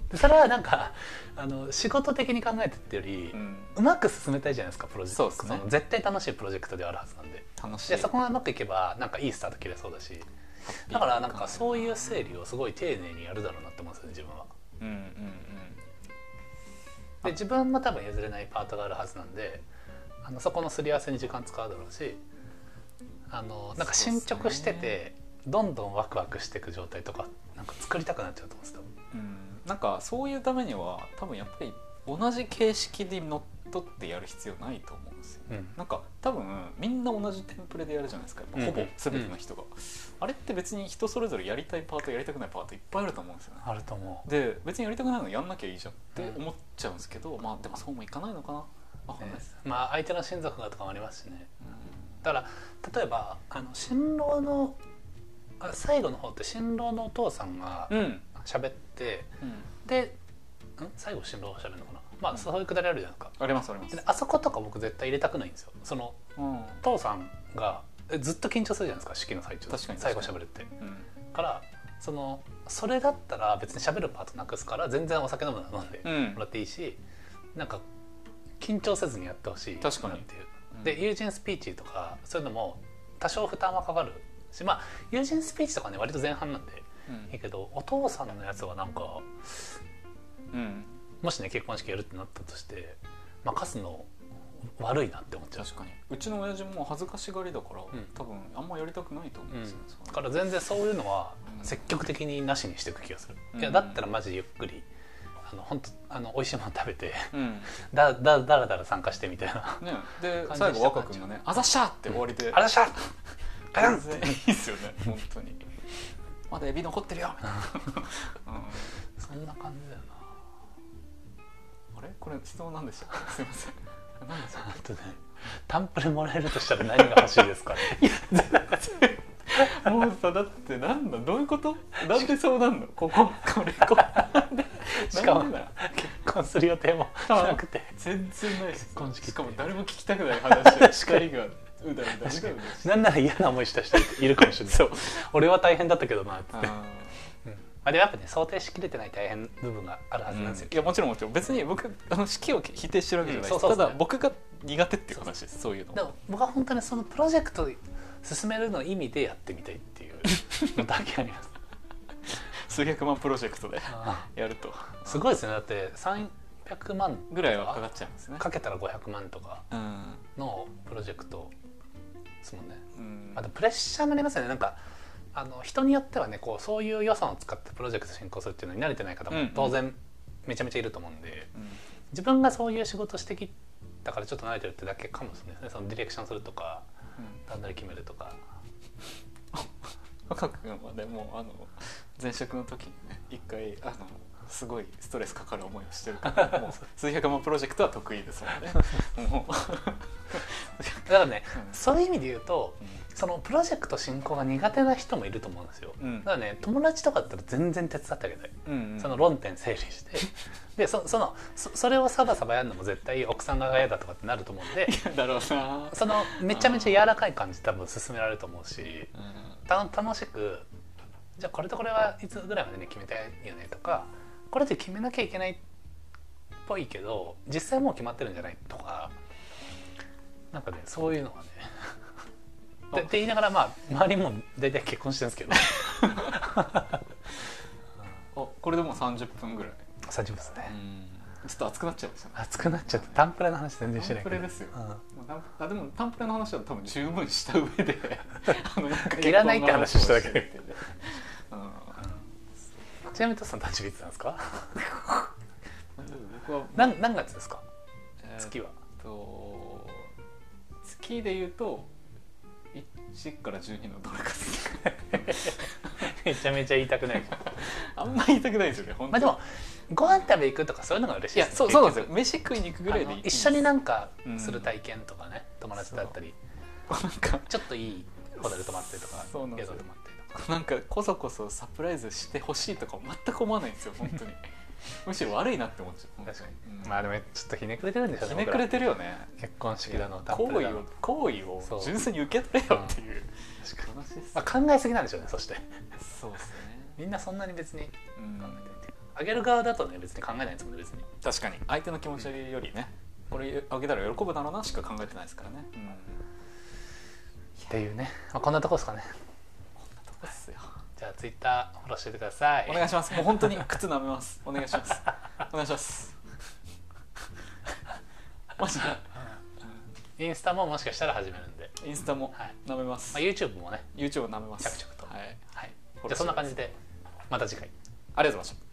Speaker 1: で それはなんかあの仕事的に考えてってより、
Speaker 2: う
Speaker 1: うんまく進めたいじゃないですかプロジェクト
Speaker 2: そうっすね
Speaker 1: の絶対楽しいプロジェクトではあるはずなんで
Speaker 2: 楽しい
Speaker 1: でそこがうまくいけばなんかいいスタート切れそうだし
Speaker 2: ハッピー
Speaker 1: だからなんかそういう整理をすごい丁寧にやるだろうなって思うんですよね自分は。
Speaker 2: うんうん
Speaker 1: で自分も多分譲れないパートがあるはずなんであのそこのすり合わせに時間使うだろうしあのなんか進捗して
Speaker 2: そうで
Speaker 1: て、どんどんワクワクしていく状態とかなんか作りたくなっちゃうと思うんですよ
Speaker 2: うんうんなんかそういうためには多分やっぱり同じ形式にのっとってやる必要ないと思うんですよ
Speaker 1: 多分
Speaker 2: なんか多分みんな同じテンプレでやるじゃないですか
Speaker 1: うん
Speaker 2: ほぼ全ての人が、あれって別に人それぞれやりたいパートやりたくないパートいっぱいあると思うんですよね
Speaker 1: あると思う
Speaker 2: で別にやりたくないのやんなきゃいいじゃんって思っちゃうんですけど、まあでもそうもいかないのかなわかんないです、
Speaker 1: ねまあ相手の親族がとかもありますしね
Speaker 2: うん
Speaker 1: だから例えばあの新郎のあ最後の方って新郎のお父さんが
Speaker 2: うん
Speaker 1: 喋って、
Speaker 2: うん
Speaker 1: でん最後新郎が喋るのかなまあそういうくだりあるじゃないですか
Speaker 2: ありますあります
Speaker 1: で、あそことか僕絶対入れたくないんですよその
Speaker 2: うん
Speaker 1: お父さんがえずっと緊張するじゃないですか式の最中
Speaker 2: 確かに
Speaker 1: 最後
Speaker 2: 確
Speaker 1: 喋
Speaker 2: か
Speaker 1: るって
Speaker 2: うん
Speaker 1: からそのそれだったら別に喋るパートなくすから全然お酒飲むのは飲んで
Speaker 2: うん
Speaker 1: もらっていいし、なんか緊張せずにやってほしい
Speaker 2: 確かに
Speaker 1: なっていう、
Speaker 2: うん
Speaker 1: で友人スピーチとかそういうのも多少負担はかかるしまあ友人スピーチとかね割と前半なんで
Speaker 2: うん
Speaker 1: いいけどお父さんのやつはなんか
Speaker 2: うん、
Speaker 1: もしね結婚式やるってなったとして任すの悪いなって思っちゃう
Speaker 2: 確かにうちの親父も恥ずかしがりだから、
Speaker 1: ん
Speaker 2: 多分あんまやりたくないと思うんですよ、そ
Speaker 1: だ
Speaker 2: の
Speaker 1: から全然そういうのは
Speaker 2: うん
Speaker 1: 積極的になしにしていく気がする、
Speaker 2: うん
Speaker 1: いやだったらマジゆっくりあの本当あの美味しいもの食べて
Speaker 2: うん
Speaker 1: だだだらだら参加してみたいな
Speaker 2: ね、で
Speaker 1: 感じ
Speaker 2: 最後
Speaker 1: したくな
Speaker 2: 若
Speaker 1: っちゃう
Speaker 2: 君がね「あざっしゃ!」って終わりで、
Speaker 1: 「あらっしゃ!」ガヤン
Speaker 2: 全然いいですよね本当にまだエビ残ってるよみたい な、うん
Speaker 1: そんな感じだよ
Speaker 2: あれこれ質問なんでしたっけすいません何でしたっ
Speaker 1: なあとねタンプレもらえるとしたら何が欲しいですかね
Speaker 2: けもうさだってなんだどういうことなんでそうなんのこここれこなんで
Speaker 1: しかも
Speaker 2: なんでだ
Speaker 1: 結婚する予定もなくて
Speaker 2: 全然ないです
Speaker 1: 結婚式って
Speaker 2: しかも誰も聞きたくない話を
Speaker 1: 確かに
Speaker 2: 二人が
Speaker 3: うだうだうだうだ
Speaker 1: 確かなんなら嫌な思いした人いるかもしれないそう俺は大変だったけどなって、
Speaker 2: あ
Speaker 1: うんあれやっぱね想定しきれてない大変部分があるは
Speaker 2: ー
Speaker 1: ずなんですよ、
Speaker 2: いやもちろんもちろん別に僕あの式を否定してるわけじゃないです、
Speaker 1: うんそうそうそう
Speaker 2: ただ僕が苦手っていう話ですそういうの
Speaker 1: でも僕は本当にそのプロジェクトを進めるの意味でやってみたいって いうのだけあります
Speaker 2: 数百万プロジェクトで
Speaker 1: あ
Speaker 2: やると
Speaker 1: あすごいですねだって300万
Speaker 2: ぐらいはかかっちゃいますね
Speaker 1: かけたら500万とか
Speaker 2: うん、
Speaker 1: のプロジェクトですもんね
Speaker 2: うん
Speaker 1: あとプレッシャーになりますよねなんかあの人によってはねこうそういう予算を使ってプロジェクト進行するっていうのに慣れてない方
Speaker 2: うんう
Speaker 1: も
Speaker 2: ん
Speaker 1: 当然めちゃめちゃいると思うんで、
Speaker 2: うん
Speaker 1: 自分がそういう仕事してきたからちょっと慣れてるってだけかもしれないですねそのディレクションするとか
Speaker 2: うん
Speaker 1: 段取り決めるとか
Speaker 2: 若君はねもうあの前職の時にね一回あのすごいストレスかかる思いをしてるからもう数百万プロジェクトは得意ですもんねもう、
Speaker 1: だからね、
Speaker 2: うん
Speaker 1: そういう意味で言うとそのプロジェクト進行が苦手な人もいると思うんですよ、
Speaker 2: うん
Speaker 1: だからね友達とかだったら全然手伝ってあげたい、
Speaker 2: うんうん、
Speaker 1: その論点整理 してでそそのそそれをサバサバやるのも絶対奥さんが嫌だとかってなると思うんで
Speaker 2: だろうな、
Speaker 1: そのめちゃめちゃ柔らかい感じで多分進められると思うしたた楽しくじゃあこれとこれはいつぐらいまでに決めたいよねとかこれって決めなきゃいけないっぽいけど実際もう決まってるんじゃないとかなんかねそういうのがねってって言いながらまあ周りも大体結婚してるんですけど
Speaker 2: おこれでもう30分ぐらい、
Speaker 1: 大丈夫ですね
Speaker 2: ちょっと熱くなっちゃいましたね
Speaker 1: 熱くなっちゃってタンプレの話全然してな
Speaker 2: タン
Speaker 1: い
Speaker 2: プ
Speaker 1: け
Speaker 2: レ
Speaker 1: ど、
Speaker 2: ですよ、
Speaker 1: うん
Speaker 2: もうタンプあでもタンプレの話は多分十分した上であのなんか
Speaker 1: いらないって話しただけで
Speaker 2: 結婚の話をしててうん
Speaker 1: ちなみにトスさん誕生日いつなんですか
Speaker 2: 僕は
Speaker 1: 何何月ですか
Speaker 2: えー
Speaker 1: 月は
Speaker 2: と月で言うと1から12のどれかです ね
Speaker 1: めちゃめちゃ言いたくないけど
Speaker 2: あんま言いたくないですよね本
Speaker 1: ま
Speaker 2: 当
Speaker 1: あ
Speaker 2: に
Speaker 1: でもご飯食べ行くとかそういうのが嬉しいで
Speaker 2: いや
Speaker 1: すね
Speaker 2: そうそうなんですよ飯食いに行くぐらいで
Speaker 1: あ
Speaker 2: いい
Speaker 1: の一緒になんか
Speaker 2: うん
Speaker 1: する体験とかね、友達だったり
Speaker 2: なんか
Speaker 1: ちょっといいホテル泊まってとか
Speaker 2: そうなんで
Speaker 1: 宿
Speaker 2: すよ
Speaker 1: 泊まってとか
Speaker 2: なんかこそこそサプライズしてほしいとか全く思わないんですよ本 当にむしろ悪いなって思っちゃう
Speaker 1: 確かに、
Speaker 2: うん
Speaker 1: まあでもちょっとひねくれてるんでしょう
Speaker 2: ひ
Speaker 1: ね
Speaker 2: ねくれてるよね
Speaker 1: 僕ら結婚式だのタン
Speaker 2: 行
Speaker 1: プ
Speaker 2: 為
Speaker 1: だ
Speaker 2: を
Speaker 1: の
Speaker 2: 行為を
Speaker 1: そう
Speaker 2: 純粋に受け取れよっていう
Speaker 1: 確かに
Speaker 2: 話です
Speaker 1: まあ、考えすぎなんでしょうねそして
Speaker 2: そうですね
Speaker 1: みんなそんなに別に
Speaker 2: うん
Speaker 1: 考えてないあげる側だとね別に考えないですもんね別に
Speaker 2: 確かに相手の気持ちよりね、これあげたら喜ぶだろうなしか考えてないですからね、うん、
Speaker 1: っていうね、まあ、こんなとこですかね
Speaker 2: どうですよ
Speaker 1: じゃあツイッターフォローしておいてください
Speaker 2: お願いしますもう本当に靴舐めますお願いしますお願い しますマジ
Speaker 1: インスタももしかしたら始めるんで、
Speaker 2: でインスタも
Speaker 1: はい
Speaker 2: 舐めます、
Speaker 1: まあ、YouTube もね
Speaker 2: YouTube も舐めます
Speaker 1: 着々と
Speaker 2: はい、
Speaker 1: はい
Speaker 2: フォローしてください
Speaker 1: じゃあそんな感じでまた次回
Speaker 2: ありがとうございました